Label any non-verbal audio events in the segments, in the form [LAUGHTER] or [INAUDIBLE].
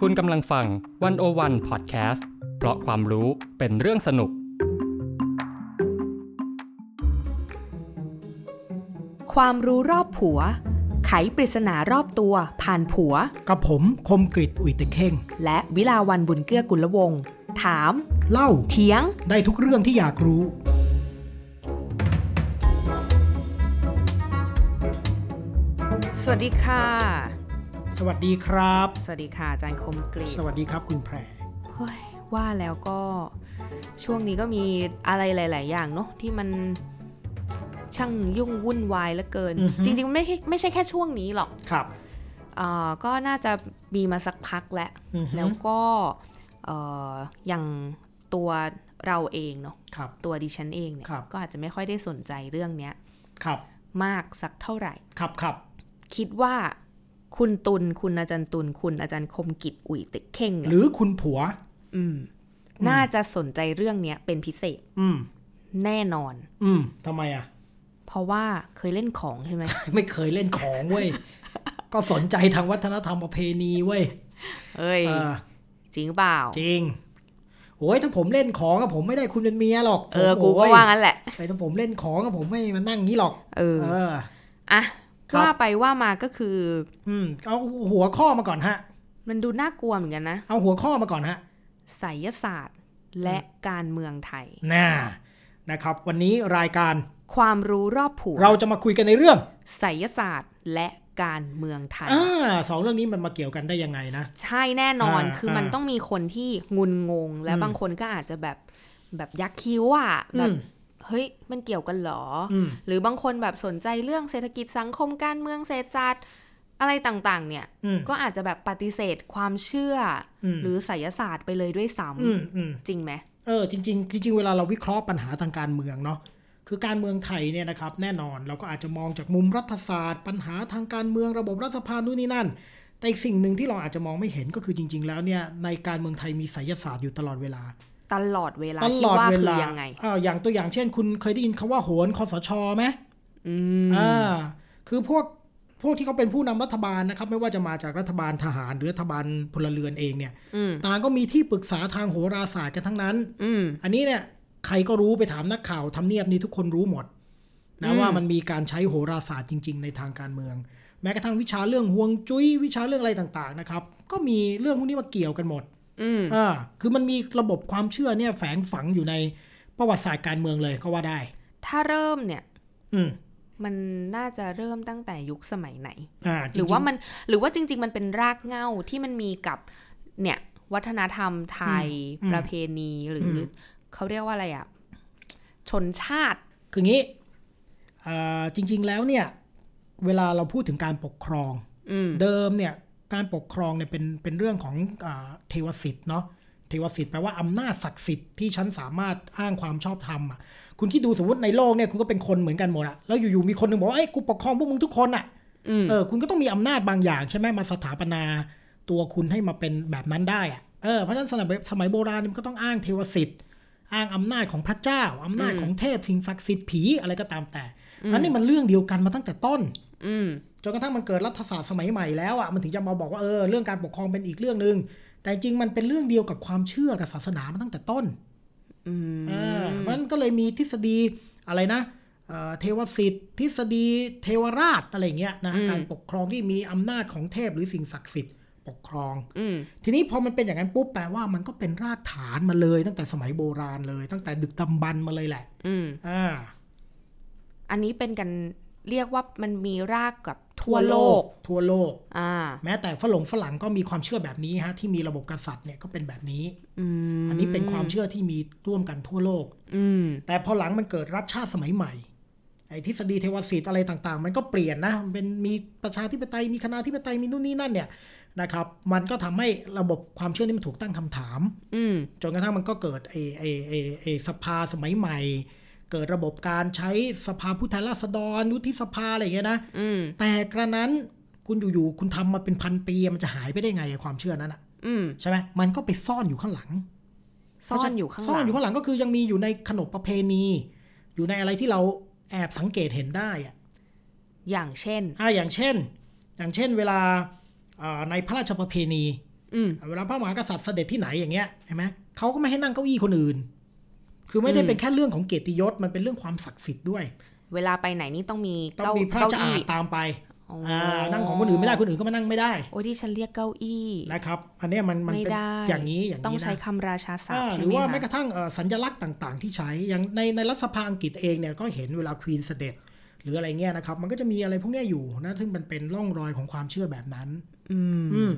คุณกำลังฟังวันโอวันพอดแคสต์เพราะความรู้เป็นเรื่องสนุก ความรู้รอบผัว ไขปริศนารอบตัว ผ่านผัว กับผมคมกริตอุ่ยตะเข่ง และวิลาวันบุญเกื้อกุลวงศ์ถาม เล่า เถียง ได้ทุกเรื่องที่อยากรู้ สวัสดีค่ะ สวัสดีครับ สวัสดีค่ะอาจารย์คมกรี สวัสดีครับคุณแพร เฮ้ยว่าแล้วก็ช่วงนี้ก็มีอะไรหลาย ๆ อย่างเนาะที่มันช่างยุ่งวุ่นวายเหลือเกิน จริง ๆ ไม่ใช่ไม่ใช่แค่ช่วงนี้หรอก ครับ เอ่อก็น่าจะมีมาสักพักแล้ว อือฮึ แล้วก็เอ่ออย่างตัวเราเองเนาะ ครับ ตัวดิฉันเองเนี่ย ครับ ก็อาจจะไม่ค่อยได้สนใจเรื่องเนี้ย ครับ มากสักเท่าไหร่ ครับครับ คิดว่าคุณตุลคุณอาจารย์ตุลคุณอาจารย์คมกิจอุ่ยเต็กเข่ง ห เนี่ย รือคุณผัว อืม น่าจะสนใจเรื่องเนี้ยเป็นพิเศษ อืม แน่นอน อืมทำไมอ่ะ [LAUGHS] เพราะว่าเคยเล่นของใช่ไหม ไม่เคยเล่นของเว้ย ก็สนใจทางวัฒนธรรมประเพณีเว้ย เอ้ย เออ จริงเปล่า จริงโอ้ยถ้าผมเล่นของอะผมไม่ได้คุณเป็นเมียหรอก เออ ผม กู โ ก็ว่างั้นแหละ ไอ้ถ้าผมเล่นของอะผมไม่มานั่งงี้หรอก เออ เออ อ่ะ ครับ ว่าไปว่ามาก็คือ อืมเอาหัวข้อมาก่อนฮะ มันดูน่ากลัวเหมือนกันนะ เอาหัวข้อมาก่อนฮะ ไสยศาสตร์และการเมืองไทย น่านะครับ วันนี้รายการ ความรู้รอบผัว เราจะมาคุยกันในเรื่อง ไสยศาสตร์และการเมืองไทย อ่าสองเรื่องนี้มันมาเกี่ยวกันได้ยังไงนะ ใช่แน่นอน อ่า คือมัน อ่า ต้องมีคนที่งุนงง และ อืม บางคนก็อาจจะแบบแบบยักคิ้วอ่ะแบ อื บ ม เฮ้ยมันเกี่ยวกันเหรออ อืม หรือบางคนแบบสนใจเรื่องเศรษฐกิจสังคมการเมืองเศรษฐศาสตร์อะไรต่างๆ เนี่ย อืม ก็อาจจะแบบปฏิเสธความเชื่ออ ม หรือไสยศาสตร์ไปเลยด้วยซ้ อืมอืม ำจริงไหม เออจริงๆจริงๆเวลาเราวิเคราะห์ปัญหาทางการเมืองเนาะคือการเมืองไทยเนี่ยนะครับ แน่นอนเราก็อาจจะมองจากมุมรัฐศาสตร์ ปัญหาทางการเมืองระบบรัฐสภานู่นนี่นั่น แต่อีกสิ่งหนึ่งที่เราอาจจะมองไม่เห็นก็คือจริง ๆ แล้วเนี่ยในการเมืองไทยมีไสยศาสตร์อยู่ตลอดเวลา ตลอดเวลา ต ที่ ลอด ว่า เว คือ ลา ยังไง อ้าวอย่างตัวอย่างเช่น คุณเคยได้ยินคำว่าโหนคอสชไหม อืม อ่าคือพวกพวกที่เขาเป็นผู้นำรัฐบาลนะครับ ไม่ว่าจะมาจากรัฐบาลทหารหรือรัฐบาลพลเรือนเองเนี่ย อืม ต่างก็มีที่ปรึกษาทางโหราศาสตร์กันทั้งนั้น อืม อันนี้เนี่ยใครก็รู้ไปถามนักข่าวทำเนียบนี่ทุกคนรู้หมดนะ อืม ว่ามันมีการใช้โหราศาสตร์จริง ๆ ในทางการเมือง แม้กระทั่งวิชาเรื่องฮวงจุ้ยวิชาเรื่องอะไรต่างๆนะครับ ก็มีเรื่องพวกนี้มาเกี่ยวกันหมด อืม อ่าคือมันมีระบบความเชื่อเนี่ยแฝงฝังอยู่ในประวัติศาสตร์การเมืองเลยก็ว่าได้ ถ้าเริ่มเนี่ย อืม มันน่าจะเริ่มตั้งแต่ยุคสมัยไหน อ่าหจงๆ รือว่ามันหรือว่าจริง ๆ มันเป็นรากเหง้าที่มันมีกับเนี่ยวัฒนธรรมไทย อืม ประเพณีหรืออ ม เขาเรียกว่าอะไรอ่ะ ชนชาติ คืองี้เอ่อจริงๆแล้วเนี่ย เวลาเราพูดถึงการปกครอง อืม เดิมเนี่ยการปกครองเนี่ยเป็นเป็นเรื่องของอาเทวสิทธิ์เนาะเทวสิทธิ์แปลว่าอำนาจศักดิ์สิทธิ์ที่ฉันสามารถอ้างความชอบธรรมอ่ะคุณคิดดูสมมติในโลกเนี่ยคุณก็เป็นคนเหมือนกันหมดอะแล้วอยู่ๆมีคนหนึ่งบอกว่าเอ้ยกูปกครองพวกมึงทุกคนอะ อืม เออคุณก็ต้องมีอำนาจบางอย่างใช่ไหมมาสถาปนาตัวคุณให้มาเป็นแบบนั้นได้อะเออเพราะฉะนั้นสมัยสมัยโบราณมันก็ต้องอ้างเทวสิทธิ์ อ้างอำนาจของพระเจ้าอำนาจของเทพสิ่งศักดิ์สิทธิ์ผีอะไรก็ตามแต่อันนี้มันเรื่องเดียวกันมาตั้งแต่ต้น อืม จนกระทั่งมันเกิดรัฐศาสตร์สมัยใหม่แล้วอ่ะมันถึงจะมาบอกว่าเออเรื่องการปกครองเป็นอีกเรื่องหนึ่งแต่จริงๆมันเป็นเรื่องเดียวกับความเชื่อกับศาสนามาตั้งแต่ต้น อืม อ่ามันก็เลยมีทฤษฎีอะไรนะเอ่อเทวสิทธิ์ทฤษฎีเทวราชอะไรอย่างเงี้ยนะ อืม การปกครองที่มีอำนาจของเทพหรือสิ่งศักดิ์สิทธิ์ปกครอง อืม ทีนี้พอมันเป็นอย่างนั้นปุ๊บแปลว่ามันก็เป็นรากฐานมาเลย ตั้งแต่สมัยโบราณเลย ตั้งแต่ดึกดำบรรพ์มาเลยแหละ อืม อ่า อันนี้เป็นกันเรียกว่ามันมีรากกับทั่วโลก ทั่วโลก อ่า แม้แต่ฝรั่งฝรั่งก็มีความเชื่อแบบนี้ฮะที่มีระบบกษัตริย์เนี่ยก็เป็นแบบนี้ อืม อันนี้เป็นความเชื่อที่มีร่วมกันทั่วโลก อืม แต่พอหลังมันเกิดรัฐชาติสมัยใหม่ไอ้ทฤษฎีเทวสิทธิ์อะไรต่างๆ มันก็เปลี่ยนนะเป็นมีประชาธิปไตยมีคณะธิปไตยมีนู่นนี่นั่นเนี่ยนะครับ มันก็ทำให้ระบบความเชื่อนี่มันถูกตั้งคำถาม อืม จนกระทั่งมันก็เกิดไอ้ไอ้ไอ้ไอ้สภาสมัยใหม่ เกิดระบบการใช้สภาผู้แทนราษฎรวุฒิสภาอะไรอย่างเงี้ยนะ อืม แต่กระนั้นคุณอยู่ๆคุณทำมาเป็นพันปีมันจะหายไปได้ไงอะความเชื่อนั้นอะ อืม ใช่ไหมมันก็ไปซ่อนอยู่ข้างหลัง ซ่อนอยู่ข้างห ซ่อ ลั น ง อยู่ข้างหลังก็คือยังมีอยู่ในขนบประเพณี อยู่ในอะไรที่เราแอบสังเกตเห็นได้อะ อย่างเช่น อ่ะอย่างเช่น อย่างเช่นเวลาอ่าในพระราชประเพณี อืม เวลาพระมหากษัตริย์เสด็จที่ไหนอย่างเงี้ยใช่ไหมเขาก็ไม่ให้นั่งเก้าอี้คนอื่น คือไม่ได้เป็นแค่เรื่องของเกียรติยศมันเป็นเรื่องความศักดิ์สิทธิ์ด้วย เวลาไปไหนนี่ต้องมี ต้อง เก้า มีพระ เก้า จะอา อี้ ดตามไป อ๋ออ อ่านั่งของคนอื่นไม่ได้คนอื่นก็มานั่งไม่ได้ โอ้ยที่ฉันเรียกเก้าอี้ นะครับ อันเนี้ยมันมัน ไม่ เป็น ได้ อย่างนี้อย่างนี้ ต้อง นะ ใช้คำราชาศัพ อ่า ท์ ห ใช่ รือ ไหม ว่า คะ แม้กระทั่งเอ่อสัญลักษณ์ต่างๆ ที่ใช้อย่างในในรัฐสภาอังกฤษเองเนี่ยก็เห็นเวลาควีนเสด็จ หรืออะไรเงี้ยนะครับ มันก็จะมีอะไรพวกเนี้ยอยู่นะซึ่งมันเป็นร่องรอยของความเชื่อแบบนั้น อืม อืม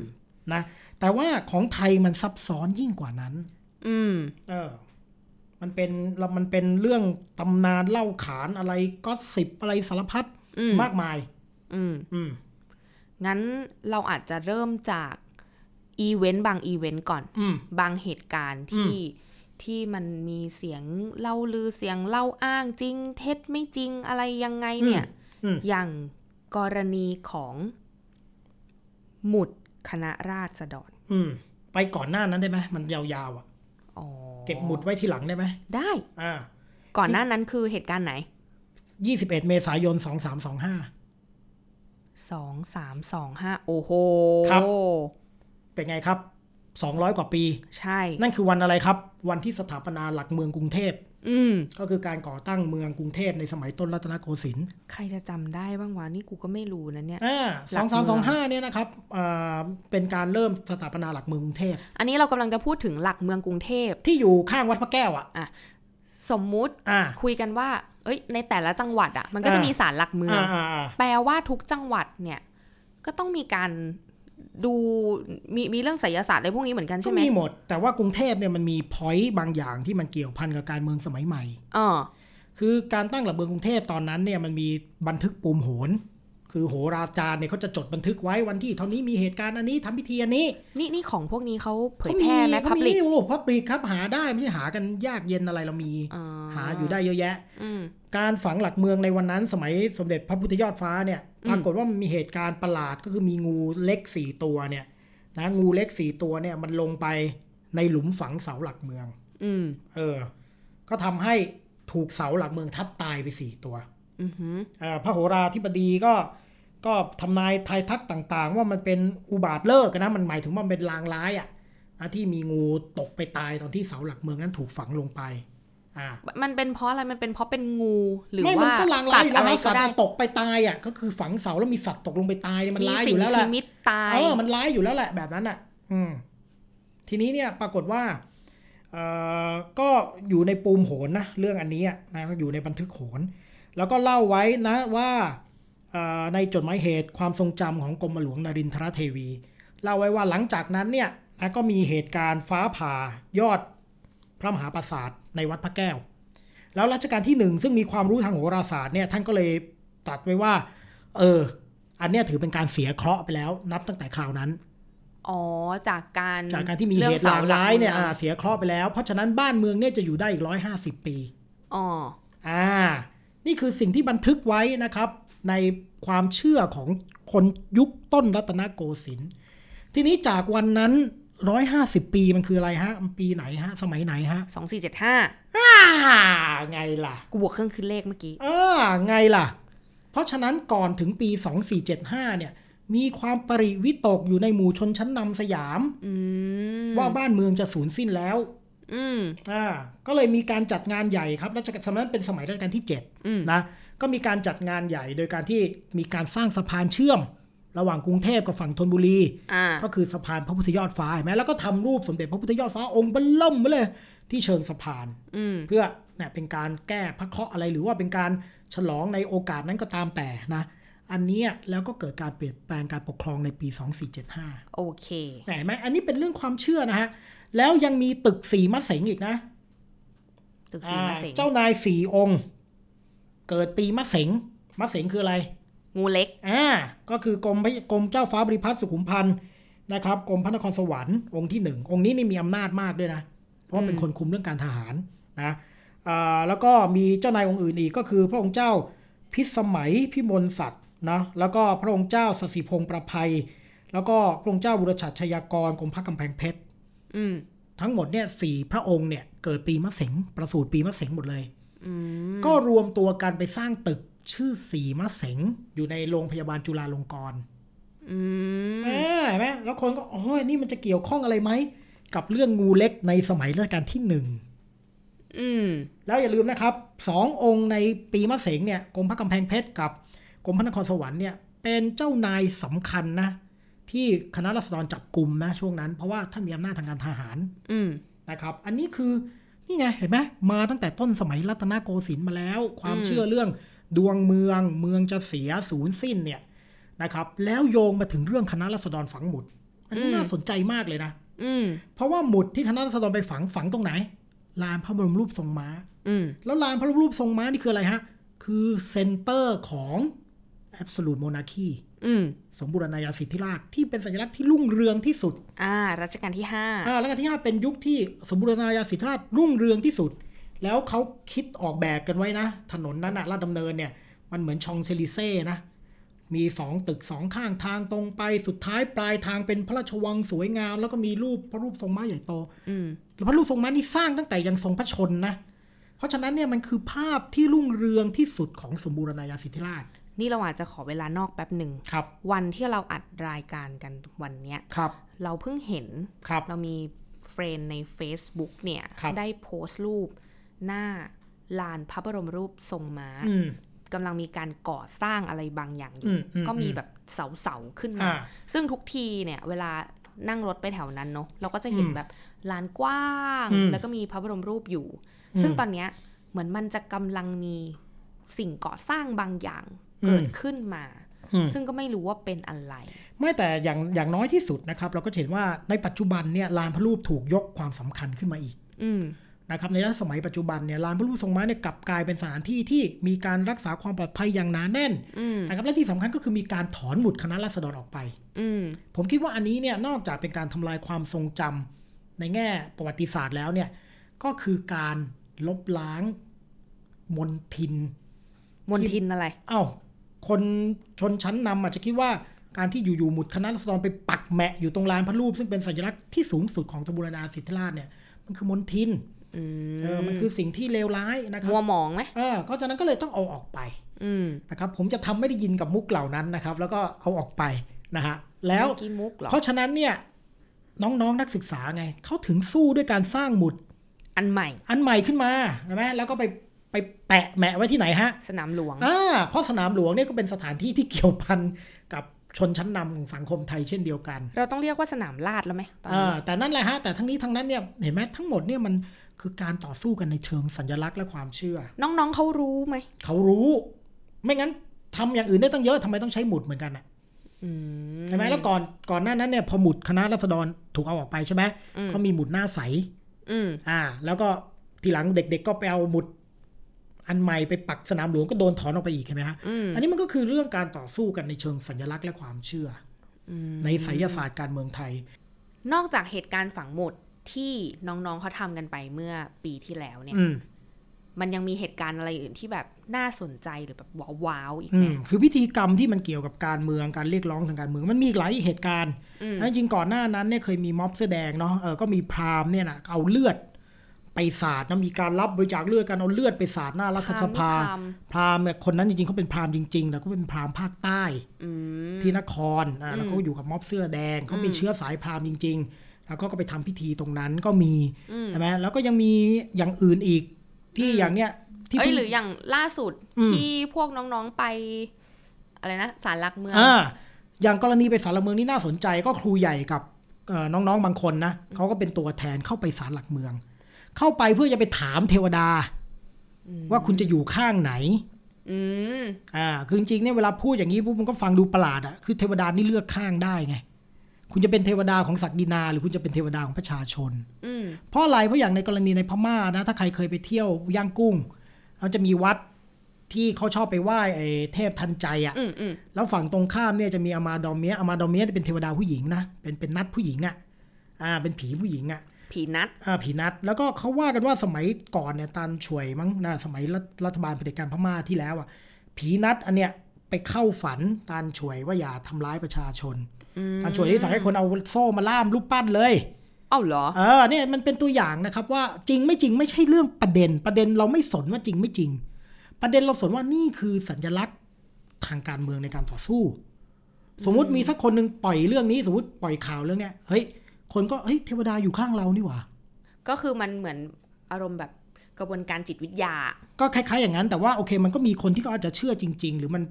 นะแต่ว่าของไทยมันซับซ้อนยิ่งกว่านั้น อืม เออ มันเป็นเรามันเป็นเรื่องตำนานเล่าขานอะไรก็สิบอะไรสารพัด อืม มากมาย อืม อืม งั้นเราอาจจะเริ่มจากอีเวนต์บางอีเวนต์ก่อน อืม บางเหตุการณ์ที่ที่มันมีเสียงเล่าลือเสียงเล่าอ้างจริง เท็จไม่จริงอะไรยังไงเนี่ย อืม อย่างกรณีของ หมุดคณะราษฎร อืมไปก่อนหน้านั้นได้ไหมมันยาวๆอ่ะ อ๋อ เก็บหมุดไว้ทีหลังได้ไหม ได้ อ่า ก่อนหน้านั้นคือเหตุการณ์ไหน ยี่สิบเอ็ดเมษายนสองสามสองห้า สองสามสองห้าโอ้โห ครับ เป็นไงครับ 200 กว่าปี ใช่ นั่นคือวันอะไรครับ วันที่สถาปนาหลักเมืองกรุงเทพ อืม ก็คือการก่อตั้งเมืองกรุงเทพในสมัยต้นรัตนโกสินทร์ ใครจะจำได้บ้างวะนี่กูก็ไม่รู้นะเนี่ย อ่า หลั สอก ง เมื สามส อ อง งห้าเนี่ยนะครับอ่าเป็นการเริ่มสถาปนาหลักเมืองกรุงเทพ อันนี้เรากำลังจะพูดถึงหลักเมืองกรุงเทพ ที่อยู่ข้างวัดพระแก้วอ่ะ สมมุติ อ่า คุยกันว่า เอ้ย ในแต่ละจังหวัดอ่ะ มันก็จะ อ่ามี มีศาลหลักเมือง อ่าอ่าอ่า แปลว่าทุกจังหวัดเนี่ย ก็ต้องมีการดูมีมีเรื่องไสยศาสตร์อะไรพวกนี้เหมือนกัน ก็ ใช่ไหม มีหมด แต่ว่ากรุงเทพเนี่ยมันมีพอยต์บางอย่างที่มันเกี่ยวพันกับการเมืองสมัยใหม่ เออ คือการตั้งหลักเมืองกรุงเทพตอนนั้นเนี่ยมันมีบันทึกปูมโหน คือโหราจารย์เนี่ยเขาจะจดบันทึกไว้วันที่เท่านี้มีเหตุการณ์อันนี้ทำพิธีอันนี้ นี่นี่ของพวกนี้เขาเผยแพร่ไหมพับลิก โอ้พับลิกครับหาได้ไม่ใช่หากันยากเย็นอะไรเรามี หาอยู่ได้เยอะแยะ อืม การฝังหลักเมืองในวันนั้น สมัยสมเด็จพระพุทธยอดฟ้าเนี่ย อืม ปรากฏว่ามันมีเหตุการณ์ประหลาดก็คือมีงูเล็กสี่ตัวเนี่ยนะงูเล็กสี่ตัวเนี่ยมันลงไปในหลุมฝังเสาหลักเมือง อืม เออ ก็ทำให้ถูกเสาหลักเมืองทับตายไปสี่ตัว อือหือ เอ่อพระโหราธิบดีก็ก็ทำนายทายทักต่างๆ ว่ามันเป็นอุบาทเลิกษ์นะมันหมายถึงว่ามันเป็นลางร้ายอะนะที่มีงูตกไปตายตอนที่เสาหลักเมืองนั้นถูกฝังลงไปอ่า มันเป็นเพราะอะไร มันเป็นเพราะเป็นงู หรือ ไม่มั ว่าน ก็ลาง สั ร้า ต ยอยู่ ว์ แล้ อะ ว ไร นะ ก็ สัตว์ ได้ อะตกไปตายอ่ะก็คือฝังเสาแล้วมีสัตว์ตกลงไปตายเนี่ยมัน มี ร้ายอ สิ่ง ยู่แล้วแห ชี ละ วิตตาย เออมันร้ายอยู่แล้วแหละแบบนั้นอ่ะ อืมทีนี้เนี่ยปรากฏว่าเอ่อก็อยู่ในปูมโหนนะเรื่องอันนี้อะนะอยู่ในบันทึกโหน แล้วก็เล่าไว้นะว่าเอ่อในจดหมายเหตุความทรงจำของกรมหลวงนรินทรเทวี เล่าไว้ว่าหลังจากนั้นเนี่ยนะก็มีเหตุการณ์ฟ้าผ่ายอดพระมหาปราสาทในวัดพระแก้ว แล้วรัชกาลที่หนึ่งซึ่งมีความรู้ทางโหราศาสตร์เนี่ยท่านก็เลยตรัดไว้ว่า เออ อันเนี้ยถือเป็นการเสียเคราะห์ไปแล้ว นับตั้งแต่คราวนั้น อ๋อ จากการ จากการที่มี อ เห ง ตุลาง สหก ร้ายเนี่ย มือง อ่าเสียเคราะห์ไปแล้วเพราะฉะนั้นบ้านเมืองเนี่ยจะอยู่ได้อีกร้อยห้าสิบปี อ๋อ อ่า นี่คือสิ่งที่บันทึกไว้นะครับ ในความเชื่อของคนยุคต้นรัตนโกสินทร์ทีนี้จากวันนั้น 150 ปีมันคืออะไรฮะ มันปีไหนฮะ สมัยไหนฮะ สองสี่เจ็ดห้า อ่าไงล่ะ กูบวกเครื่องขึ้นเลขเมื่อกี้ อ่าไงล่ะ เพราะฉะนั้นก่อนถึงปี 2475 เนี่ย มีความปริวิตกอยู่ในหมู่ชนชั้นนำสยาม อืม ว่าบ้านเมืองจะสูญสิ้นแล้ว อืม อ่าก็เลยมีการจัดงานใหญ่ครับรัชกาลสมัยนั้นเป็นสมัยรัชกาลที่ อืม 7นะก็มีการจัดงานใหญ่โดยการที่มีการสร้างสะพานเชื่อม ระหว่างกรุงเทพกับฝั่งธนบุรี อ่า ก็คือสะพานพระพุทธยอดฟ้าเห็นไหมแล้วก็ทำรูปสมเด็จพระพุทธยอดฟ้าองค์เบลล่มมาเลย ที่เชิงสะพาน อืม เพื่อเนี่ยเป็นการแก้พระเคราะห์อะไรหรือว่าเป็นการฉลองในโอกาสนั้นก็ตามแต่นะอันเนี้ยแล้วก็เกิดการเปลี่ยนแปลงการปกครองในปี 2475 โอเค เห็นไหมอันนี้เป็นเรื่องความเชื่อนะฮะ แล้วยังมีตึกสีมะเสงอีกนะ ตึกสีมะเสง อ่าเจ้านายสี่องค์ เกิดปีมะเสงมะเสงคืออะไร งูเล็ก อ่า ก็คือกรมพระกรมเจ้าฟ้าบริพัตรสุขุมพันธ์นะครับกรมพระนครสวรรค์องค์ที่หนึ่งองค์นี้นี่มีอำนาจมากด้วยนะ เพราะว่าเป็นคนคุมเรื่องการทหารนะอ่าแล้วก็มีเจ้านายองค์อื่นอีกก็คือพระองค์เจ้าพิสมัยพิมลศักดิ์นะแล้วก็พระองค์เจ้าสสิพงษ์ประภัย แล้วก็พระองค์เจ้าบุรชัดชยากรกรมพระกำแพงเพชร อืม ทั้งหมดเนี่ยสี่พระองค์เนี่ย เกิดปีมะเสงประสูติปีมะเสงหมดเลย อืม ก็รวมตัวกันไปสร้างตึกชื่อสีมะเสงอยู่ในโรงพยาบาลจุฬาลงกรณ์ อืม อ่าเห็นไหมแล้วคนก็โอ้ยนี่มันจะเกี่ยวข้องอะไรไหม กับเรื่องงูเล็กในสมัยรัชกาลที่หนึ่ง อืม แล้วอย่าลืมนะครับสององค์ในปีมะเสงเนี่ยกรมพระกำแพงเพชรกับกรมพระนครสวรรค์เนี่ยเป็นเจ้านายสำคัญนะ ที่คณะรัษฎรจับกลุ่มนะช่วงนั้นเพราะว่าท่านมีอำนาจทางการทหาร อืม นะครับ อันนี้คือนี่ไงเห็นไหมมาตั้งแต่ต้นสมัยรัตนโกสินทร์มาแล้ว ความ อืม เชื่อเรื่องดวงเมืองเมืองจะเสียศูนย์สิ้นเนี่ยนะครับแล้วโยงมาถึงเรื่องคณะรัษฎรฝังหมุด อันนี้น่าสนใจมากเลยนะ อืม เพราะว่าหมุดที่คณะรัษฎรไปฝังฝังตรงไหนลานพระบรมรูปทรงม้า อืม แล้วลานพระรูปทรงม้านี่คืออะไรฮะ คือเซนเตอร์ของ Absolute Monarchy อืม สมบูรณาญาสิทธิราชย์ที่เป็นสัญลักษณ์ที่รุ่งเรืองที่สุด อ่ารัชกาลที่ห้า อ่าแล้วก็ที่ห้าเป็นยุคที่สมบูรณาญาสิทธิราชย์รุ่งเรืองที่สุด แล้วเขาคิดออกแบบกันไว้นะ ถนนนั้นนะลาดดำเนินเนี่ย มันเหมือนชองเซลิเซ่นะ มีสองตึกสองข้างทางตรงไปสุดท้ายปลายทางเป็นพระราชวังสวยงาม แล้วก็มีรูปพระรูปทรงม้าใหญ่โต อืม พระรูปทรงม้านี่สร้างตั้งแต่ยังทรงพระชนนะ เพราะฉะนั้นเนี่ยมันคือภาพที่รุ่งเรืองที่สุดของสมบูรณาญาสิทธิราช นี่เราอาจจะขอเวลานอกแป๊บหนึ่ง ครับ วันที่เราอัดรายการกันวันเนี้ย ครับ เราเพิ่งเห็น ครับ เรามีเฟรนด์ใน Facebook เนี่ย ครับ ได้โพสต์รูปหน้าลานพระบรมรูปทรงม้า อืม กำลังมีการก่อสร้างอะไรบางอย่างอยู่ อืมอืม ก็มีแบบเสาเสาๆขึ้นมา อ่า ซึ่งทุกทีเนี่ย เวลานั่งรถไปแถวนั้นเนาะเราก็จะเห็น อืม แบบลานกว้าง อืม แล้วก็มีพระบรมรูปอยู่ อืม ซึ่งตอนเนี้ยเหมือนมันจะกำลังมีสิ่งก่อสร้างบางอย่างเกิด อืม ขึ้นมา อืม ซึ่งก็ไม่รู้ว่าเป็นอะไร ไม่แต่อย่างอย่างน้อยที่สุดนะครับ เราก็เห็นว่าในปัจจุบันเนี่ยลานพระรูปถูกยกความสำคัญขึ้นมาอีก อืม นะครับ ในรัชสมัยปัจจุบันเนี่ยลานพระรูปทรงม้าเนี่ยกลับกลายเป็นสถานที่ที่มีการรักษาความปลอดภัยอย่างหนาแน่น อืม นะครับ และที่สำคัญก็คือมีการถอนหมุดคณะราษฎรออกไป อืม ผมคิดว่าอันนี้เนี่ยนอกจากเป็นการทำลายความทรงจำในแง่ประวัติศาสตร์แล้วเนี่ยก็คือการลบล้างมนทิน มนทินอะไร เอา้าคนชนชั้นนำอาจจะคิดว่าการที่อยู่ๆหมุดคณะรัษฎรไปปักแหมะอยู่ตรงลานพระรูป ซึ่งเป็นสัญลักษณ์ที่สูงสุดของสมบูรณาสิทธิราชเนี่ยมันคือมนทิน อืม เออมันคือสิ่งที่เลวร้ายนะครั มัว บ หมองไหม เออก็ฉะนั้นก็เลยต้องเอาออกไป อืม นะครับผมจะทำไม่ได้ยินกับมุกเหล่านั้นนะครับ แล้วก็เอาออกไปนะฮะแล้ว เมื่อกี้มุกเหรอ เพราะฉะนั้นเนี่ยน้องๆนนักศึกษาไงเขาถึงสู้ด้วยการสร้างหมุด อันใหม่ อันใหม่ขึ้นมาใช่ไหมแล้วก็ไปไปแปะแหมะไว้ที่ไหนฮะ สนามหลวง อ่าเพราะสนามหลวงเนี่ยก็เป็นสถานที่ที่เกี่ยวพันกับชนชั้นนำของสังคมไทยเช่นเดียวกัน เราต้องเรียกว่าสนามลาดแล้วไหมตอน อ่า นี้ แต่นั่นแหละฮะแต่ทั้งนี้ทั้งนั้นเนี่ยเห็นไหมทั้งหมดเนี่ยมันคือการต่อสู้กันในเชิงสัญลักษณ์และความเชื่อ น้องๆเขารู้ไหม เขารู้ไม่งั้นทำอย่างอื่นได้ตั้งเยอะทำไมต้องใช้หมุดเหมือนกันอะ อืม ใช่ไหมแล้วก่อนก่อนหน้านั้นเนี่ยพอหมุดคณะรัษฎรถูกเอาออกไปใช่ไหม อืม เขามีหมุดหน้าใส อืม อ่า แล้วก็ทีหลังเด็ก ๆ ก็ไปเอาหมุด อันใหม่ไปปักสนามหลวงก็โดนถอนออกไปอีกใช่ไหมฮะ อืม อันนี้มันก็คือเรื่องการต่อสู้กันในเชิงสัญลักษณ์และความเชื่ออในไสยศาสตร์การเมืองไทย นอกจากเหตุการณ์ฝังหมุดที่น้องๆเขาทำกันไปเมื่อปีที่แล้วเนี่ย อืม มันยังมีเหตุการณ์อะไรอื่นที่แบบน่าสนใจหรือแบบว้าวๆอีก อื ไหม มคือพิธีกรรมที่มันเกี่ยวกับการเมืองการเรียกร้องทางการเมืองมันมีอีกหลายเหตุการณ์แล้วจริงๆก่อนหน้านั้นเนี่ยเคยมีม็อบเสื้อแดงเนาะเออก็มีพราหมณ์เนี่ยนะเอาเลือด ไปสาดนะมีการรับบริจาคเลือดกันเอาเลือดไปสาดหน้ารัฐสภา พรมนิพ พราหมณ์เนี่ยคนนั้นจริงๆเขาเป็นพราหมณ์จริงๆแต่ก็เป็นพราหมณ์ภาคใต้ พอืม ที่นครอ่ะแล้วเขาอยู่กับม็อบเสื้อแดงเขามีเชื้อสายพราหมณ์จริง ๆ แล้วก็ก็ไปทำพิธีตรงนั้นก็มี อืม ใช่ไหมแล้วก็ยังมีอย่างอื่นอีกที่อย่างเนี้ยที่ เอ้ย เพิ่ง หรืออย่างล่าสุด อืม ที่พวกน้องๆไปอะไรนะสารหลักเมือง อ่าอย่างกรณีไปสารหลักเมืองนี่น่าสนใจก็ครูใหญ่กับเอ่อน้องๆบางคนนะเขาก็เป็นตัวแทนเข้าไปสารหลักเมือง เข้าไปเพื่อจะไปถามเทวดา ว่าคุณจะอยู่ข้างไหน อืม อ่าคือจริงๆเนี่ยเวลาพูดอย่างนี้ปุ๊บมันก็ฟังดูประหลาดอะคือเทวดานี่เลือกข้างได้ไง คุณจะเป็นเทวดาของศักดินา หรือคุณจะเป็นเทวดาของประชาชน อืม เพราะอะไรเพราะอย่างในกรณีในพม่านะ ถ้าใครเคยไปเที่ยวย่างกุ้งเราจะมีวัดที่เขาชอบไปไหว้ไอ้เทพทันใจอะ อืมอืม แล้วฝั่งตรงข้ามเนี่ยจะมีอามาดอมเมียอามาดอมเมียเนี่ยเป็นเทวดาผู้หญิงนะเป็นเป็นนัดผู้หญิงอะอ่าเป็นผีผู้หญิงอะ ผีนัด อ่าผีนัดแล้วก็เขาว่ากันว่าสมัยก่อนเนี่ยตันช่วยมั้งนะสมัยรัฐรัฐบาลเผด็จการพม่าที่แล้วอ่ะผีนัดอันเนี้ยไปเข้าฝันตันช่วยว่าอย่าทำร้ายประชาชนตันช่วยที่สั่งให้คนเอาโซ่มาล่ามรูปปั้นเลย เอ้าเหรอ เออเนี่ยมันเป็นตัวอย่างนะครับว่าจริงไม่จริงไม่ใช่เรื่องประเด็น ประเด็นเราไม่สนว่าจริงไม่จริง ประเด็นเราสนว่านี่คือสัญลักษณ์ทางการเมืองในการต่อสู้ สมมติมีสักคนหนึ่งปล่อยเรื่องนี้ สมมติปล่อยข่าวเรื่องเนี้ยเฮ้ยคนก็เฮ้ยเทวดาอยู่ข้างเรานี่หว่า ก็คือมันเหมือนอารมณ์แบบกระบวนการจิตวิทยา ก็คล้ายๆอย่างนั้นแต่ว่าโอเคมันก็มีคนที่เขาอาจจะเชื่อจริง ๆ หรือมัน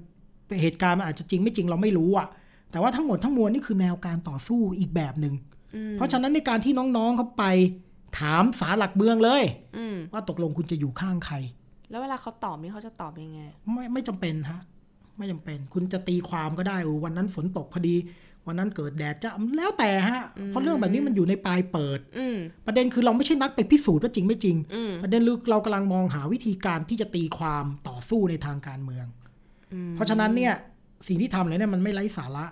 เหตุการณ์มันอาจจะจริงไม่จริงเราไม่รู้อะแต่ว่าทั้งหมดทั้งมวลนี่คือแนวการต่อสู้อีกแบบหนึ อื่ ง ม เพราะฉะนั้นในการที่น้องๆเขาไปถามสารหลักเมืองเลย อืม ว่าตกลงคุณจะอยู่ข้างใคร แล้วเวลาเขาตอบนี่เขาจะตอบยังไง ไม่ไม่จำเป็นฮะ ไม่จำเป็น คุณจะตีความก็ได้เออวันนั้นฝนตกพอดี วันนั้นเกิดแดดจะแล้วแต่ฮะเพราะเรื่องแบบนี้มันอยู่ในปลายเปิด อืม ประเด็นคือเราไม่ใช่นักไปพิสูจน์ว่าจริงไม่จริง อืม ประเด็นคือเรากำลังมองหาวิธีการที่จะตีความต่อสู้ในทางการเมือง อืม เพราะฉะนั้นเนี่ยสิ่งที่ทำเลยเนี่ยมันไม่ไร้สาระ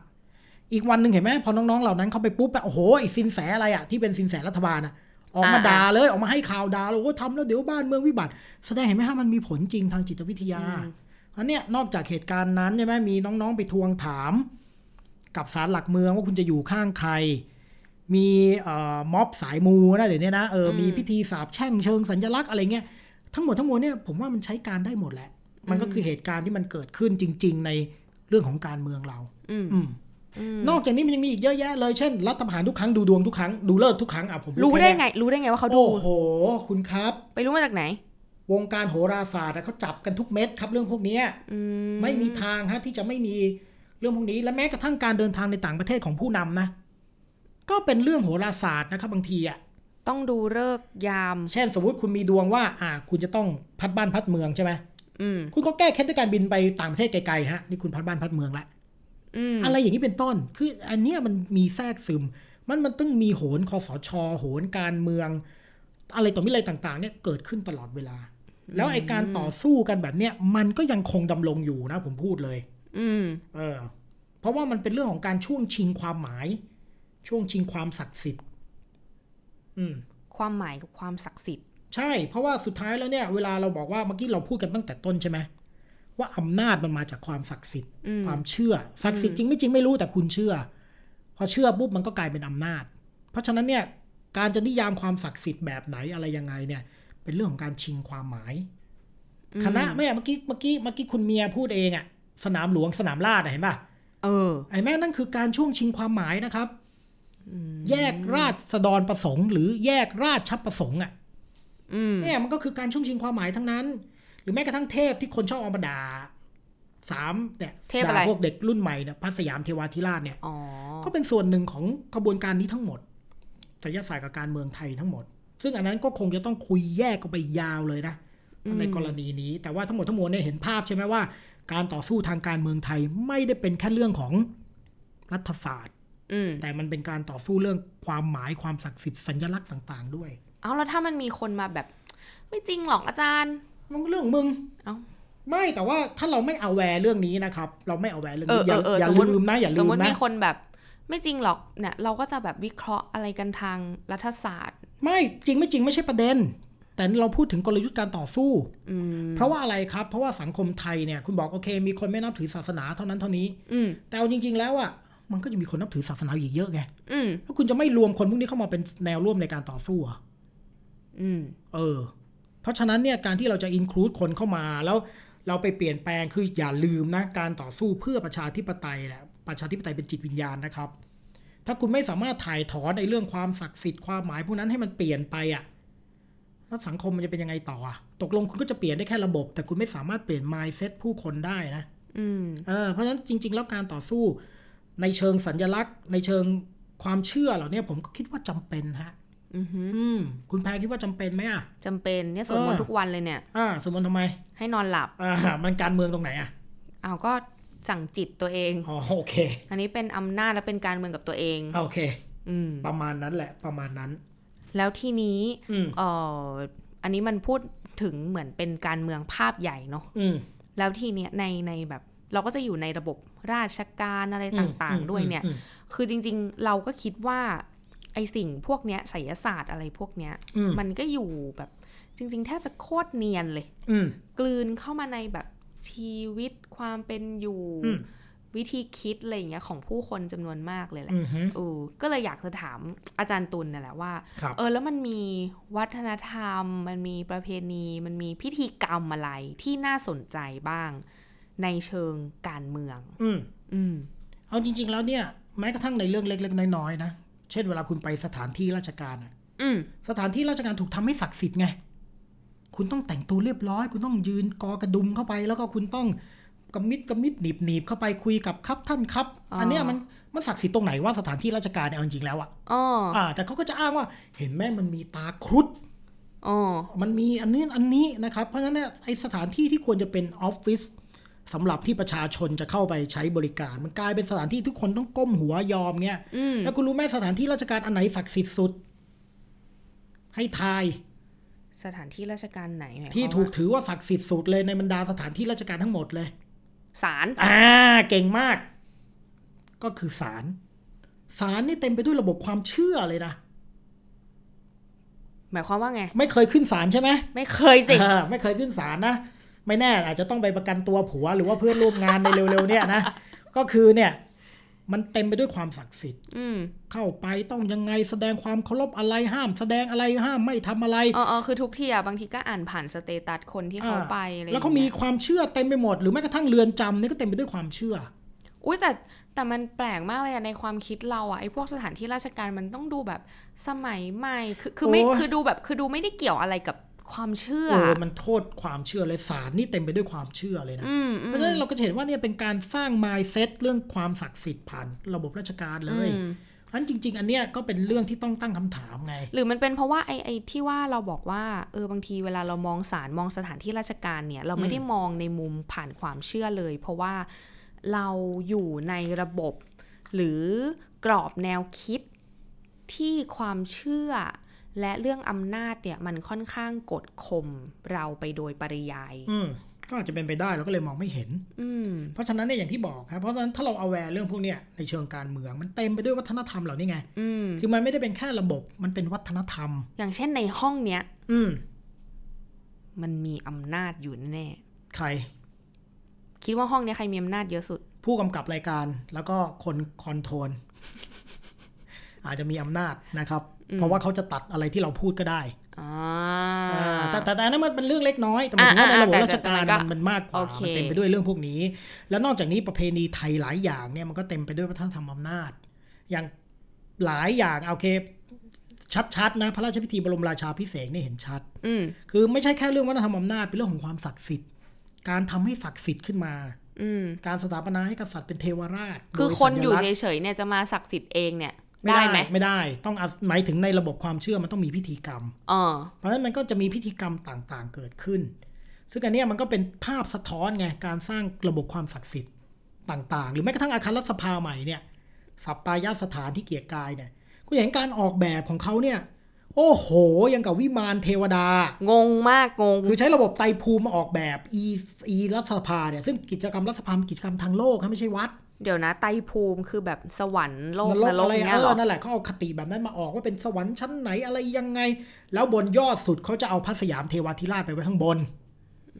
อีกวันหนึ่งเห็นไหมพอน้องๆเหล่านั้นเข้าไปปุ๊บแบบโอ้โหไอ้สินแสอะไรอะที่เป็นสินแสรัฐบาลอะออกมา อ่า ด่าเลยออกมาให้ข่าวด่าเลยโอ้ทำแล้วเดี๋ยวบ้านเมืองวิบัติ แสดงเห็นไหมฮะมันมีผลจริงทางจิตวิทยาเพราะเนี่ยนอกจากเหตุการณ์นั้นใช่ไหมมีน้องๆไปทวงถาม กับศาลหลักเมืองว่าคุณจะอยู่ข้างใคร มีเอ่อม็อบสายมูนะเดี๋ยวนี้นะเออมีพิธีสาบแช่งเชิงสัญลักษณ์อะไรเงี้ยทั้งหมดทั้งมวลเนี่ยผมว่ามันใช้การได้หมดแหละ มันก็คือเหตุการณ์ที่มันเกิดขึ้นจริง ๆ ในเรื่องของการเมืองเรา อืม อืมนอกจากนี้มันยังมีอีกเยอะแยะเลยเช่นรัฐประหารทุกครั้งดูดวงทุกครั้งดูเลิกษ์ทุกครั้งอ่ะผมพู รู้ได้ แค่เนี้ย ไง รู้ได้ไงว่าเขาดู โอ้โห คุณครับ ไปรู้มาจากไหน วงการโหราศาสตร์อะเขาจับกันทุกเม็ดครับเรื่องพวกเนี้ย อืม ไม่มีทางฮะที่จะไม่มีเรื่องพวกนี้ และแม้กระทั่งการเดินทางในต่างประเทศของผู้นำนะ ก็เป็นเรื่องโหราศาสตร์นะครับบางทีอ่ะ ต้องดูเลิกษ์ยาม เช่นสมมติคุณมีดวงว่า อ่า คุณจะต้องพัดบ้านพัดเมืองใช่ไหม อืม คุณก็แก้เคล็ดด้วยการบินไปต่างประเทศไกลๆฮะนี่คุณพัดบ้านพัดเมืองละ อืม อะไรอย่างนี้เป็นต้น คือ อันเนี้ยมันมีแทรกซึม มันมันต้องมีโหนคอสชโหนการเมือง อะไรต่อมิอะไรต่างๆ เนี่ยเกิดขึ้นตลอดเวลา แล้วไอการต่อสู้กันแบบเนี้ยมันก็ยังคงดำรงอยู่นะ ผมพูดเลย อืม เออเพราะว่ามันเป็นเรื่องของการช่วงชิงความหมาย ช่วงชิงความศักดิ์สิทธิ์อืม ความหมายกับความศักดิ์สิทธิ์ ใช่ เพราะว่าสุดท้ายแล้วเนี่ยเวลาเราบอกว่าเมื่อกี้เราพูดกันตั้งแต่ต้นใช่ไหมว่าอำนาจมันมาจากความศักดิ์สิทธิ์ อืม ความเชื่อศักดิ์สิทธิ์จริงไม่จริงไม่รู้แต่คุณเชื่อ พอเชื่อปุ๊บมันก็กลายเป็นอำนาจ เพราะฉะนั้นเนี่ยการจะนิยามความศักดิ์สิทธิ์แบบไหนอะไรยังไงเนี่ย เป็นเรื่องของการชิงความหมาย คณะแม่เมื่อกี้เมื่อกี้เมื่อกี้คุณเมียพูดเองอะสนามหลวงสนามราชอะเห็นปะ เออ ไอ้แม่นั่นคือการช่วงชิงความหมายนะครับ แยกราชดรประสงค์ หรือแยกราชประสงค์อ่ะ อืม เนี่ยมันก็คือการช่วงชิงความหมายทั้งนั้น หรือแม้กระทั่งเทพที่คนชอบเอามาด่าสามเนี่ย เทพอะไร ด่าพวกเด็กรุ่นใหม่เนี่ยพระสยามเทวาธิราชเนี่ย อ๋อ ก็เป็นส่วนหนึ่งของกระบวนการนี้ทั้งหมดศิลปศาสตร์กับการเมืองไทยทั้งหมด ซึ่งอันนั้นก็คงจะต้องคุยแยกกันไปยาวเลยนะในกรณีนี้ แต่ว่าทั้งหมดทั้งมวลเนี่ยเห็นภาพใช่ไหมว่า การต่อสู้ทางการเมืองไทยไม่ได้เป็นแค่เรื่องของรัฐศาสตร์ อืม แต่มันเป็นการต่อสู้เรื่องความหมายความศักดิ์สิทธิ์สัญลักษณ์ต่างๆ ด้วย เอาแล้วถ้ามันมีคนมาแบบ ไม่จริงหรอกอาจารย์ มันก็เรื่องมึง เอ้า ไม่แต่ว่าถ้าเราไม่เอาแวร์เรื่องนี้นะครับ เราไม่เอาแวร์เรื่อง เออเอนี้อย่า อเออ อย่า สมมติ ลืมนะอย่า ส ลื ม ม มติ นะ มีคนแบบ ไม่จริงหรอกเนี่ยเราก็จะแบบวิเคราะห์อะไรกันทางรัฐศาสตร์ ไม่จริงไม่จริงไม่ใช่ประเด็น แต่เราพูดถึงกลยุทธ์การต่อสู้ อืม เพราะว่าอะไรครับ เพราะว่าสังคมไทยเนี่ยคุณบอกโอเค มีคนไม่นับถือศาสนาเท่านั้นเท่านี้ อืม แต่เอาจริง ๆ แล้วอ่ะมันก็จะมีคนนับถือศาสนาอยู่อีกเยอะไง อืม ถ้าคุณจะไม่รวมคนพวกนี้เข้ามาเป็นแนวร่วมในการต่อสู้เหรอ อืม เออ เพราะฉะนั้นเนี่ยการที่เราจะอินคลูดคนเข้ามาแล้วเราไปเปลี่ยนแปลงคืออย่าลืมนะการต่อสู้เพื่อประชาธิปไตยแหละประชาธิปไตยเป็นจิตวิญญาณนะครับ ถ้าคุณไม่สามารถถ่ายถอนในเรื่องความศักดิ์สิทธิ์ความหมายพวกนั้นให้มันเปลี่ยนไปอ่ะแล้วสังคมมันจะเป็นยังไงต่ออ่ะตกลงคุณก็จะเปลี่ยนได้แค่ระบบ แต่คุณไม่สามารถเปลี่ยน mindset ผู้คนได้นะ อืม เออเพราะฉะนั้นจริง ๆ แล้วการต่อสู้ในเชิงสัญลักษณ์ ในเชิงความเชื่อเหล่าเนี้ยผมก็คิดว่าจำเป็นฮะ อือหือ อืม คุณแพรคิดว่าจำเป็นไหมอ่ะ จำเป็นเนี่ยสวดมน เอ ต์ อ ทุกวันเลยเนี่ย อ่าสมมติทำไม ให้นอนหลับ อ่ามันการเมืองตรงไหนอ่ะ เอาก็สั่งจิตตัวเอง อ๋อโอเค อันนี้เป็นอำนาจและเป็นการเมืองกับตัวเอง อ่าโอเค อืม ประมาณนั้นแหละ ประมาณนั้น แล้วทีนี้ อืม เอ่อ อันนี้มันพูดถึงเหมือนเป็นการเมืองภาพใหญ่เนาะ อืม แล้วทีเนี้ยในในแบบ เราก็จะอยู่ในระบบราชการอะไรต่าง อืม ๆ ด้วยเนี่ย อืม คือจริงๆ เราก็คิดว่าไอสิ่งพวกเนี้ยไสยศาสตร์อะไรพวกเนี้ย อืม มันก็อยู่แบบจริง ๆ แทบจะโคตรเนียนเลย อืม กลืนเข้ามาในแบบชีวิตความเป็นอยู่ อืม วิธีคิดอะไรอย่างเงี้ยของผู้คนจำนวนมากเลยแหละ อืมฮึ เออก็เลยอยากจะถามอาจารย์ตุลเนี่ยแหละว่า ครับ เออแล้วมันมีวัฒนธรรม มันมีประเพณี มันมีพิธีกรรมอะไรที่น่าสนใจบ้าง ในเชิงการเมือง อืม อืม เอาจริง ๆ แล้วเนี่ยแม้กระทั่งในเรื่องเล็กๆน้อยๆนะเช่นเวลาคุณไปสถานที่ราชการอะ อืม สถานที่ราชการถูกทำให้ศักดิ์สิทธิ์ไง คุณต้องแต่งตัวเรียบร้อย คุณต้องยืนกอกระดุมเข้าไป แล้วก็คุณต้องกระมิดกระมิดหนีบหนีบเข้าไปคุยกับครับท่านครับ อ๋ออั อันเนี้ยมันมันศักดิ์สิทธิ์ตรงไหนว่าสถานที่ราชการเนี่ยเอาจริงๆแล้วอะ อ๋อ อ่าแต่เขาก็จะอ้างว่าเห็นไหมมันมีตาครุฑ อ๋อ มันมีอันนี้นอันนี้นะครับ เพราะฉะนั้นเนี่ยไอสถานที่ที่ควรจะเป็นออฟฟิศสำหรับที่ประชาชนจะเข้าไปใช้บริการ มันกลายเป็นสถานที่ทุกคนต้องก้มหัวยอมเนี่ย อืม แล้วคุณรู้ไหมสถานที่ราชการอันไหนศักดิ์สิทธิ์สุด ให้ทาย สถานที่ราชการไหนหมาย ที่ ความ ถูก ว่า ถือว่าศักดิ์สิทธิ์สุดเลยในบรรดาสถานที่ราชการทั้งหมดเลย ศาล อ่า เก่งมาก ก็คือศาล ศาลนี่เต็มไปด้วยระบบความเชื่อเลยนะ หมายความว่าไง ไม่เคยขึ้นศาลใช่ไหม ไม่เคย [LAUGHS] สิ อ่าไม่เคยขึ้นศาลนะ ไม่แน่อาจจะต้องไปประกันตัวผัวหรือว่าเพื่อนร่วมงานในเร็วๆเนี่ยนะ [LAUGHS] ก็คือเนี่ย มันเต็มไปด้วยความศักดิ์สิทธิ์ อืม เข้าไปต้องยังไงแสดงความเคารพอะไรห้าม แสดงอะไรห้ามไม่ทำอะไร เออเออคือทุกที่อ่ะบางทีก็อ่านผ่านสเตตัสคนที่เขา อ่า ไปอะไรอย่ง แล้วก็มี เงี้ย ความเชื่อเต็มไปหมด หรือแม้กระทั่งเรือนจำนี่ก็เต็มไปด้วยความเชื่อ อุ้ยแต่แต่มันแปลกมากเลยอะในความคิดเราอะไอ้พวกสถานที่ราชการมันต้องดูแบบสมัยใหม่คือคือไม่ โอ้ย คือดูแบบคือดูไม่ได้เกี่ยวอะไรกับความเชื่อ เออมันโทษความเชื่อเลยสารนี่เต็มไปด้วยความเชื่อเลยนะ อืมอืม เพราะฉะนั้นเราก็จะเห็นว่าเนี่ยเป็นการสร้าง mindset เรื่องความศักดิ์สิทธิ์ผ่านระบบราชการเลย อืม เพราะฉะนั้นจริง ๆ อันเนี้ยก็เป็นเรื่องที่ต้องตั้งคำถามไง หรือมันเป็นเพราะว่าไอ้ไอ้ที่ว่าเราบอกว่าเออบางทีเวลาเรามองสารมองสถานที่ราชการเนี่ยเราไม่ได้มองในมุมผ่านความเชื่อเลย เพราะว่าเราอยู่ในระบบ หรือกรอบแนวคิดที่ความเชื่อ และเรื่องอำนาจเนี่ยมันค่อนข้างกดข่มเราไปโดยปริยาย อืมก็อาจจะเป็นไปได้เราก็เลยมองไม่เห็น อืม เพราะฉะนั้นเนี่ยอย่างที่บอกครับเพราะฉะนั้นถ้าเรา aware เรื่องพวกเนี้ยในเชิงการเมืองมันเต็มไปด้วยวัฒนธรรมเหล่านี้ไง อืม คือมันไม่ได้เป็นแค่ระบบมันเป็นวัฒนธรรม อย่างเช่นในห้องเนี้ย อืม มันมีอำนาจอยู่แน่ ใคร ๆคิดว่าห้องเนี้ยใครมีอำนาจเยอะสุด ผู้กำกับรายการแล้วก็คนคอนโทรล อาจจะมีอำนาจนะครับ เพราะว่าเขาจะตัดอะไรที่เราพูดก็ได้ อ่า อ่าแต่แต่แต่อันนั้นมันเป็นเรื่องเล็กน้อยแต่หมายถึงว่า อ่า ในระบบ แต่ ราชการ แต่แต่ มันมันมากกว่า โอเค มันเต็มไปด้วยเรื่องพวกนี้ แล้วนอกจากนี้ประเพณีไทยหลายอย่างเนี่ยมันก็เต็มไปด้วยวัฒนธรรมอำนาจ อย่างหลายอย่างเอาโอเค ชัดๆนะพระราชพิธีบรมราชาพิเศษกเนี่ยเห็นชัด อืม คือไม่ใช่แค่เรื่องวัฒนธรรมอำนาจเป็นเรื่องของความศักดิ์สิทธิ์ การทำให้ศักดิ์สิทธิ์ขึ้นมา อืม การสถาปนาให้กษัตริย์เป็นเทวราช คือ โด คน สัญ อยู่ ลักษณ์ เฉยๆเนี่ยจะมาศักดิ์สิทธิ์เองเนี่ย ไม่ ได้ ได้ ไหม ไม่ได้ต้องอาหมายถึงในระบบความเชื่อมันต้องมีพิธีกรรม เออ เพราะฉะนั้นมันก็จะมีพิธีกรรมต่างๆ เกิดขึ้น ซึ่งอันเนี้ยมันก็เป็นภาพสะท้อนไงการสร้างระบบความศักดิ์สิทธิ์ต่างๆ หรือแม้กระทั่งอาคารรัฐสภาใหม่เนี่ยสัปปายสถานที่เกียรติกายเนี่ยคุณเห็นการออกแบบของเขาเนี่ย โอ้โหยังกับวิมานเทวดา งงมากงง คือใช้ระบบไตรภูมิมาออกแบบอีอีรัฐสภาเนี่ยซึ่งกิจกรรมรัฐสภาเป็นกิจกรรมทางโลกนะไม่ใช่วัด เดี๋ยวนะไตรภูมิคือแบบสวรรค์โลก นนรก รก อะไร เนี่ เอย เหร อ อ นั่นแหละเขาเอาคติแบบนั้นมาออกว่าเป็นสวรรค์ชั้นไหนอะไรยังไง แล้วบนยอดสุดเขาจะเอาพระสยามเทวาธิราชไปไว้ข้างบน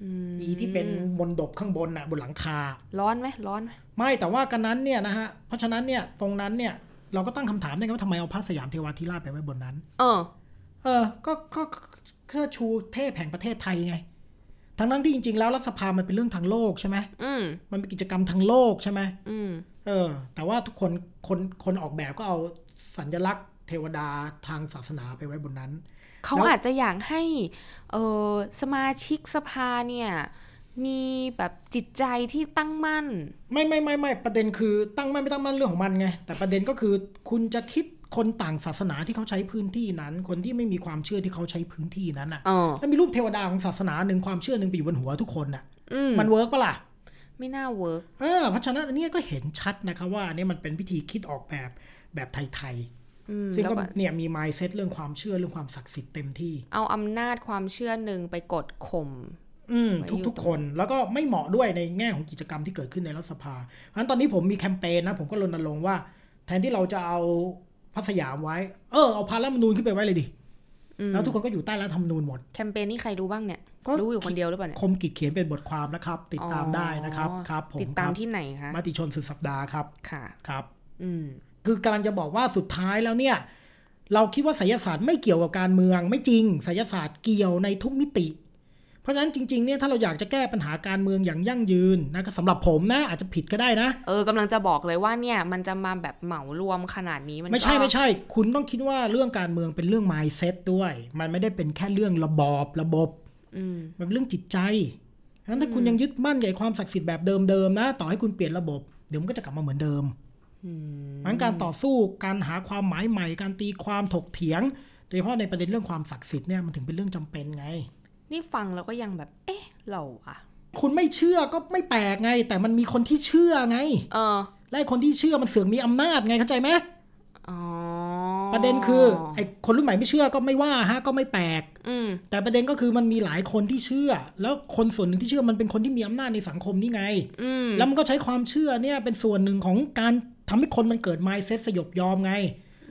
อีที่เป็นมนดบข้างบนน่ะบนหลังคา ร้อนไหมร้อนไหม ไม่แต่ว่ากันนั้นเนี่ยนะฮะเพราะฉะนั้นเนี่ยตรงนั้นเนี่ยเราก็ตั้งคำถามได้ไงว่าทำไมเอาพระสยามเทวาธิราชไปไว้บนนั้น เออ เออก็ก็ก็เพื่อชูเทพแห่งประเทศไทยไงทั้งนั้นที่จริง ๆ แล้วรัฐสภามันเป็นเรื่องทางโลกใช่ไหม อืม มันเป็นกิจกรรมทางโลกใช่ไหม อืม เออแต่ว่าทุกคนคนคนออกแบบก็เอาสัญลักษณ์เทวดาทางศาสนาไปไว้บนนั้น เขาอาจจะอยากให้เออสมาชิกสภาเนี่ย มีแบบจิตใจที่ตั้งมั่น ไม่ไม่ไม่ไม่ประเด็นคือตั้งมั่นไม่ตั้งมั่นเรื่องของมันไง แต่ประเด็นก็คือคุณจะคิดคนต่างศาสนาที่เขาใช้พื้นที่นั้น คนที่ไม่มีความเชื่อที่เขาใช้พื้นที่นั้นอ่ะ เออ แล้วมีรูปเทวดาของศาสนาหนึ่งความเชื่อหนึ่งไปอยู่บนหัวทุกคนอ่ะ อืม มันเวิร์กปะล่ะ ไม่น่าเวิร์ก เออเพราะฉะนั้นอันเนี้ยก็เห็นชัดนะคะว่าอันเนี้ยมันเป็นวิธีคิดออกแบบแบบไทย อืม ๆซึ่ง แล้ว ก็ ก็ เนี่ยมี mindset เรื่องความเชื่อเรื่องความศักดิ์สิทธิ์เต็มที่ เอาอำนาจความเชื่อหนึ่งไปกดข่ม อืม ไว้อยู่ ทุกๆ คนแล้วก็ไม่เหมาะด้วยในแง่ของกิจกรรมที่เกิดขึ้นในรัฐสภาเพราะฉะนั้นตอนนี้ผมมีแคมเปญนะ ผมก็รณรงค์ว่า แทนที่เราจะเอาพระสยามไว้ เออเอาพระรัฐธรรมนูญขึ้นไปไว้เลยดิ อืม แล้วทุกคนก็อยู่ใต้รัฐธรรมนูญหมด แคมเปญนี่ใครรู้บ้างเนี่ย ก็ รู้อยู่คนเดียวหรือเปล่าเนี่ย คมกิจเขียนเป็นบทความนะครับ ติดตามได้นะครับ อ๋อ ครับผม ติดตาม ครับ ที่ไหนคะ มติชนสุดสัปดาห์ครับ ค่ะ ครับ อืม คือกำลังจะบอกว่าสุดท้ายแล้วเนี่ย เราคิดว่าไสยศาสตร์ไม่เกี่ยวกับการเมืองไม่จริงไสยศาสตร์เกี่ยวในทุกมิติ เพราะฉะนั้นจริงๆเนี่ยถ้าเราอยากจะแก้ปัญหาการเมืองอย่างยั่งยืนนะก็สำหรับผมนะอาจจะผิดก็ได้นะ เออกำลังจะบอกเลยว่าเนี่ยมันจะมาแบบเหมารวมขนาดนี้มันก็ ไม่ใช่ไม่ใช่ คุณต้องคิดว่าเรื่องการเมืองเป็นเรื่อง mindset ด้วย มันไม่ได้เป็นแค่เรื่องระบอบระบบ อืม มันเป็นเรื่องจิตใจเพราะฉะนั้นถ้าคุณยังยึดมั่นใหญ่ความศักดิ์สิทธิ์แบบเดิมๆนะ ต่อให้คุณเปลี่ยนระบบ เดี๋ยวมันก็จะกลับมาเหมือนเดิมเพราะฉะนั้นการต่อสู้การหาความหมายใหม่ การตีความถกเถียง โดยเฉพาะในประเด็นเรื่องความศักดิ์สิทธิ์เนี่ยมันถึงเป็นเรื่องจำเป็นไง นี่ฟังแล้วก็ยังแบบ เอ๊ะ เราอะ คุณไม่เชื่อก็ไม่แปลกไง แต่มันมีคนที่เชื่อไง เออ และไอ้คนที่เชื่อมันเสือกมีอำนาจไงเข้าใจไหม อ๋อ ประเด็นคือไอ้คนรุ่นใหม่ไม่เชื่อก็ไม่ว่าฮะก็ไม่แปลก อืม แต่ประเด็นก็คือมันมีหลายคนที่เชื่อ แล้วคนส่วนหนึ่งที่เชื่อมันเป็นคนที่มีอำนาจในสังคมนี่ไง อืม แล้วมันก็ใช้ความเชื่อเนี่ยเป็นส่วนหนึ่งของการทำให้คนมันเกิด mindset สยบยอมไง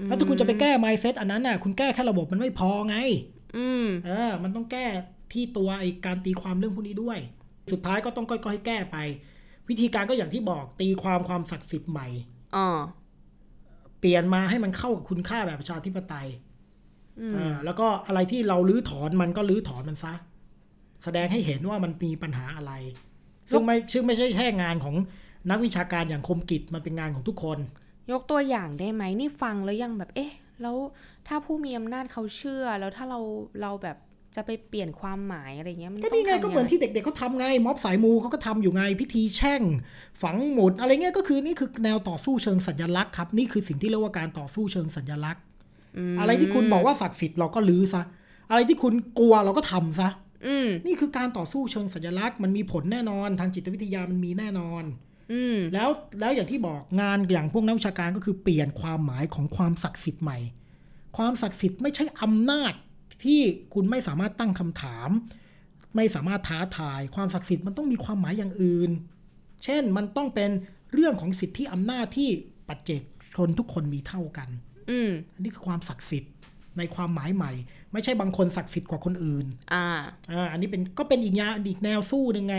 แล้วถ้าคุณจะไปแก้ mindset อันนั้นน่ะคุณแก้แค่ระบบมันไม่พอไง อืม เออ มันต้องแก้ที่ตัวไอ้การตีความเรื่องพวกนี้ด้วย สุดท้ายก็ต้องค่อยๆแก้ไป วิธีการก็อย่างที่บอกตีความความศักดิ์สิทธิ์ใหม่ อ๋อ เปลี่ยนมาให้มันเข้ากับคุณค่าแบบประชาธิปไตย อืม เออแล้วก็อะไรที่เราลื้อถอนมันก็ลื้อถอนมันซะ แสดงให้เห็นว่ามันมีปัญหาอะไร ซึ่งไม่ซึ่งไม่ใช่แค่งานของนักวิชาการอย่างคมกิจมันเป็นงานของทุกคน ยกตัวอย่างได้ไหมนี่ฟังแล้วยังแบบ เอ๊ะ แล้วถ้าผู้มีอำนาจเขาเชื่อ แล้วถ้าเรา เราแบบจะไปเปลี่ยนความหมายอะไรเงี้ย มัน ก็ ต้อง นี่ไง ทำ ก็เหมือน ยั ที่เด็กๆเขาทำไงม็อบสายมูเขาก็ทำอยู่ไงพิธีแช่ง ฝังหมุดอะไรเงี้ยก็คือนี่คือแนวต่อสู้เชิงสัญลักษณ์ครับนี่คือสิ่งที่เรียกว่าการต่อสู้เชิงสัญลักษณ์ ม อะไรที่คุณบอกว่าศักดิ์สิทธิ์เราก็ลื้อซะอะไรที่คุณกลัวเราก็ทำซะ อืม นี่คือการต่อสู้เชิงสัญลักษณ์มันมีผลแน่นอนทางจิตวิทยามันมีแน่นอน อืม แล้วแล้วอย่างที่บอกงานอย่างพวกนักวิชาการก็คือเปลี่ยนความหมายของความศักดิ์สิทธิ์ใหม่ ความศักดิ์สิทธิ์ไม่ใช่อำนาจที่คุณไม่สามารถตั้งคำถาม ไม่สามารถท้าทาย ความศักดิ์สิทธิ์มันต้องมีความหมายอย่างอื่น เช่นมันต้องเป็นเรื่องของสิทธิอำนาจที่ปัจเจกชนทุกคนมีเท่ากัน อืม อันนี้คือความศักดิ์สิทธิ์ในความหมายใหม่ ไม่ใช่บางคนศักดิ์สิทธิ์กว่าคนอื่น อ่า อ่าอันนี้เป็นก็เป็นอีกแนวอีกแนวสู้หนึ่งไง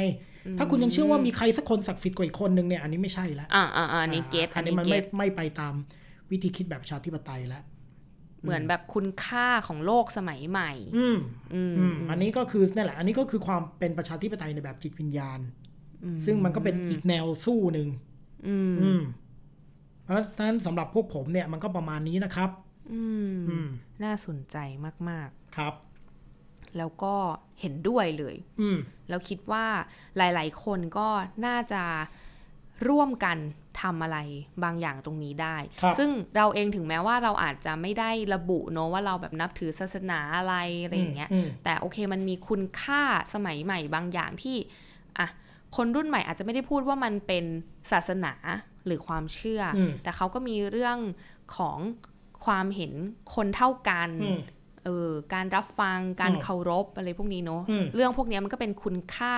ถ้าคุณยังเชื่อว่ามีใครสักคนศักดิ์สิทธิ์กว่าอีกคนหนึ่งเนี่ยอันนี้ไม่ใช่ละ อ่าอ่าอ่าอันนี้เก็ต า อั อั น น นี้ นี้มัน เก็ ไม่ ต ไม่ไปตามวิธีคิดแบบประชาธิปไตยแล้ว เหมือนแบบคุณค่าของโลกสมัยใหม่ อืม อืม อืมอันนี้ก็คือนั่นแหละ อันนี้ก็คือความเป็นประชาธิปไตยในแบบจิตวิญญาณ ซึ่งมันก็เป็นอีกแนวสู้หนึ่ง อืม อืมเพราะฉะนั้นสำหรับพวกผมเนี่ยมันก็ประมาณนี้นะครับ อื อื ม ม น่าสนใจมาก ครับ ๆ แล้วก็เห็นด้วยเลย อืม แล้วคิดว่าหลาย ๆ คนก็น่าจะร่วมกันทำอะไรบางอย่างตรงนี้ได้ ครับ ซึ่งเราเองถึงแม้ว่าเราอาจจะไม่ได้ระบุเนอะว่าเราแบบนับถือศาสนาอะไรอะไรอย่างเงี้ย อืม แต่โอเคมันมีคุณค่าสมัยใหม่บางอย่างที่อ่ะคนรุ่นใหม่อาจจะไม่ได้พูดว่ามันเป็นศาสนาหรือความเชื่ออ อืม แต่เขาก็มีเรื่องของความเห็นคนเท่ากัน อืม เออการรับฟังการ อืม เคารพอะไรพวกนี้เนอะ อืม เรื่องพวกเนี้ยมันก็เป็นคุณค่า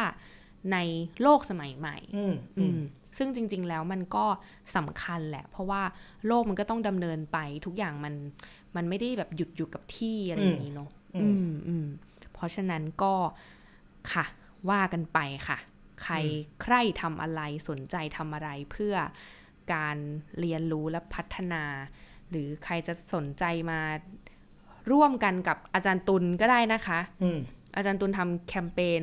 ในโลกสมัยใหม่ อืม อื อื ม ม ซึ่งจริง ๆ แล้วมันก็สำคัญแหละ เพราะว่าโลกมันก็ต้องดำเนินไปทุกอย่างมันมันไม่ได้แบบหยุดอยู่กับที่อะไรอย่างนี้เนอะ อืม อืมอืมเพราะฉะนั้นก็ค่ะ ว่ากันไปค่ะ ใคร อืม ใครทำอะไรสนใจทำอะไรเพื่อการเรียนรู้และพัฒนา หรือใครจะสนใจมา ร่วมกันกับอาจารย์ตุลก็ได้นะคะ อืม อาจารย์ตุลทำแคมเปญ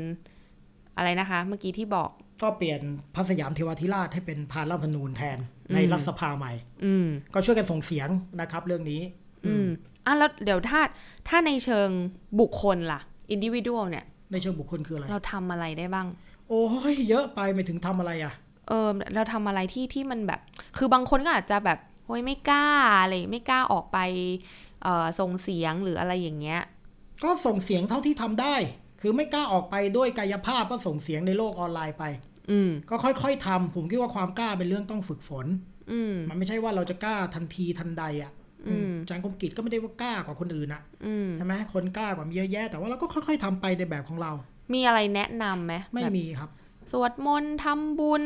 อะไรนะคะ เมื่อกี้ที่บอก ก็เปลี่ยนพระสยามเทวาธิราชให้เป็นพานรัฐธรรมนูญแทนใน อืม รัฐสภาใหม่ อืม ก็ช่วยกันส่งเสียงนะครับเรื่องนี้ อืมอ่ะแล้วเดี๋ยวถ้าถ้าในเชิงบุคคลล่ะ อินดิวิดวลเนี่ย ในเชิงบุคคลคืออะไร เราทำอะไรได้บ้าง โอ้ยเยอะไปไม่ถึงทำอะไรอ่ะ เออเราทำอะไรที่ที่มันแบบ คือบางคนก็อาจจะแบบโอ้ยไม่กล้าอะไรไม่กล้าออกไปเอ่อส่งเสียงหรืออะไรอย่างเงี้ย ก็ส่งเสียงเท่าที่ทำได้ คือไม่กล้าออกไปด้วยกายภาพก็ส่งเสียงในโลกออนไลน์ไป อืม ก็ค่อยๆทำผมคิดว่าความกล้าเป็นเรื่องต้องฝึกฝน อืม มันไม่ใช่ว่าเราจะกล้าทันทีทันใดอ่ะ อืม อาจารย์คมกิจก็ไม่ได้ว่ากล้ากว่าคนอื่นอ่ะ อืม ใช่ไหมคนกล้ากว่ามีเยอะแยะ แต่ว่าเราก็ค่อย ๆทำไปในแบบของเรา มีอะไรแนะนำไหม ไม่ แบบ มีครับ สวดมนต์ทำบุญ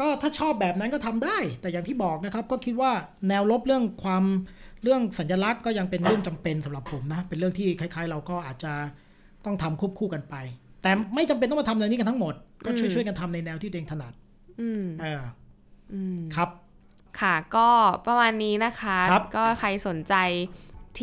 ก็ถ้าชอบแบบนั้นก็ทำได้ แต่อย่างที่บอกนะครับ ก็คิดว่าแนวลบเรื่องความเรื่องสัญลักษณ์ก็ยังเป็นเรื่องจำเป็นสำหรับผมนะ เป็นเรื่องที่คล้าย ๆ เราก็อาจจะต้องทำควบคู่กันไป แต่ไม่จำเป็นต้องมาทำในวนี้กันทั้งหมด ก็ช่วยๆกันทำในแนวที่ตัวเองถนัด อืม เออ อืม ครับ ค่ะก็ประมาณนี้นะคะ ครับ ก็ใครสนใจ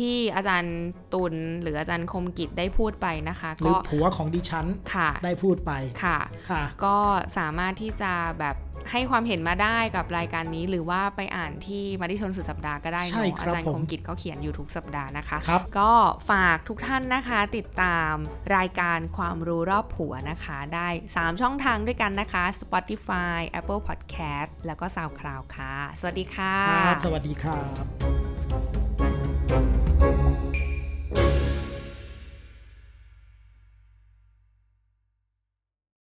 ที่อาจารย์ตุลหรืออาจารย์คมกิจได้พูดไปนะคะ หรือ ก็ ผัวของดิฉัน ค่ะ ได้พูดไป ค่ะ ค่ะ ก็สามารถที่จะแบบให้ความเห็นมาได้กับรายการนี้ หรือว่าไปอ่านที่มาดิชนสุดสัปดาห์ก็ได้ ใช่ เนาะ ครับ อาจารย์ ผม คมกิจก็เขียนอยู่ทุกสัปดาห์นะคะ ครับ ก็ฝากทุกท่านนะคะ ติดตามรายการความรู้รอบผัวนะคะ ได้ 3 ช่องทางด้วยกันนะคะ Spotify Apple Podcast แล้วก็ SoundCloud ค่ะ สวัสดีค่ะ ครับ สวัสดีครับ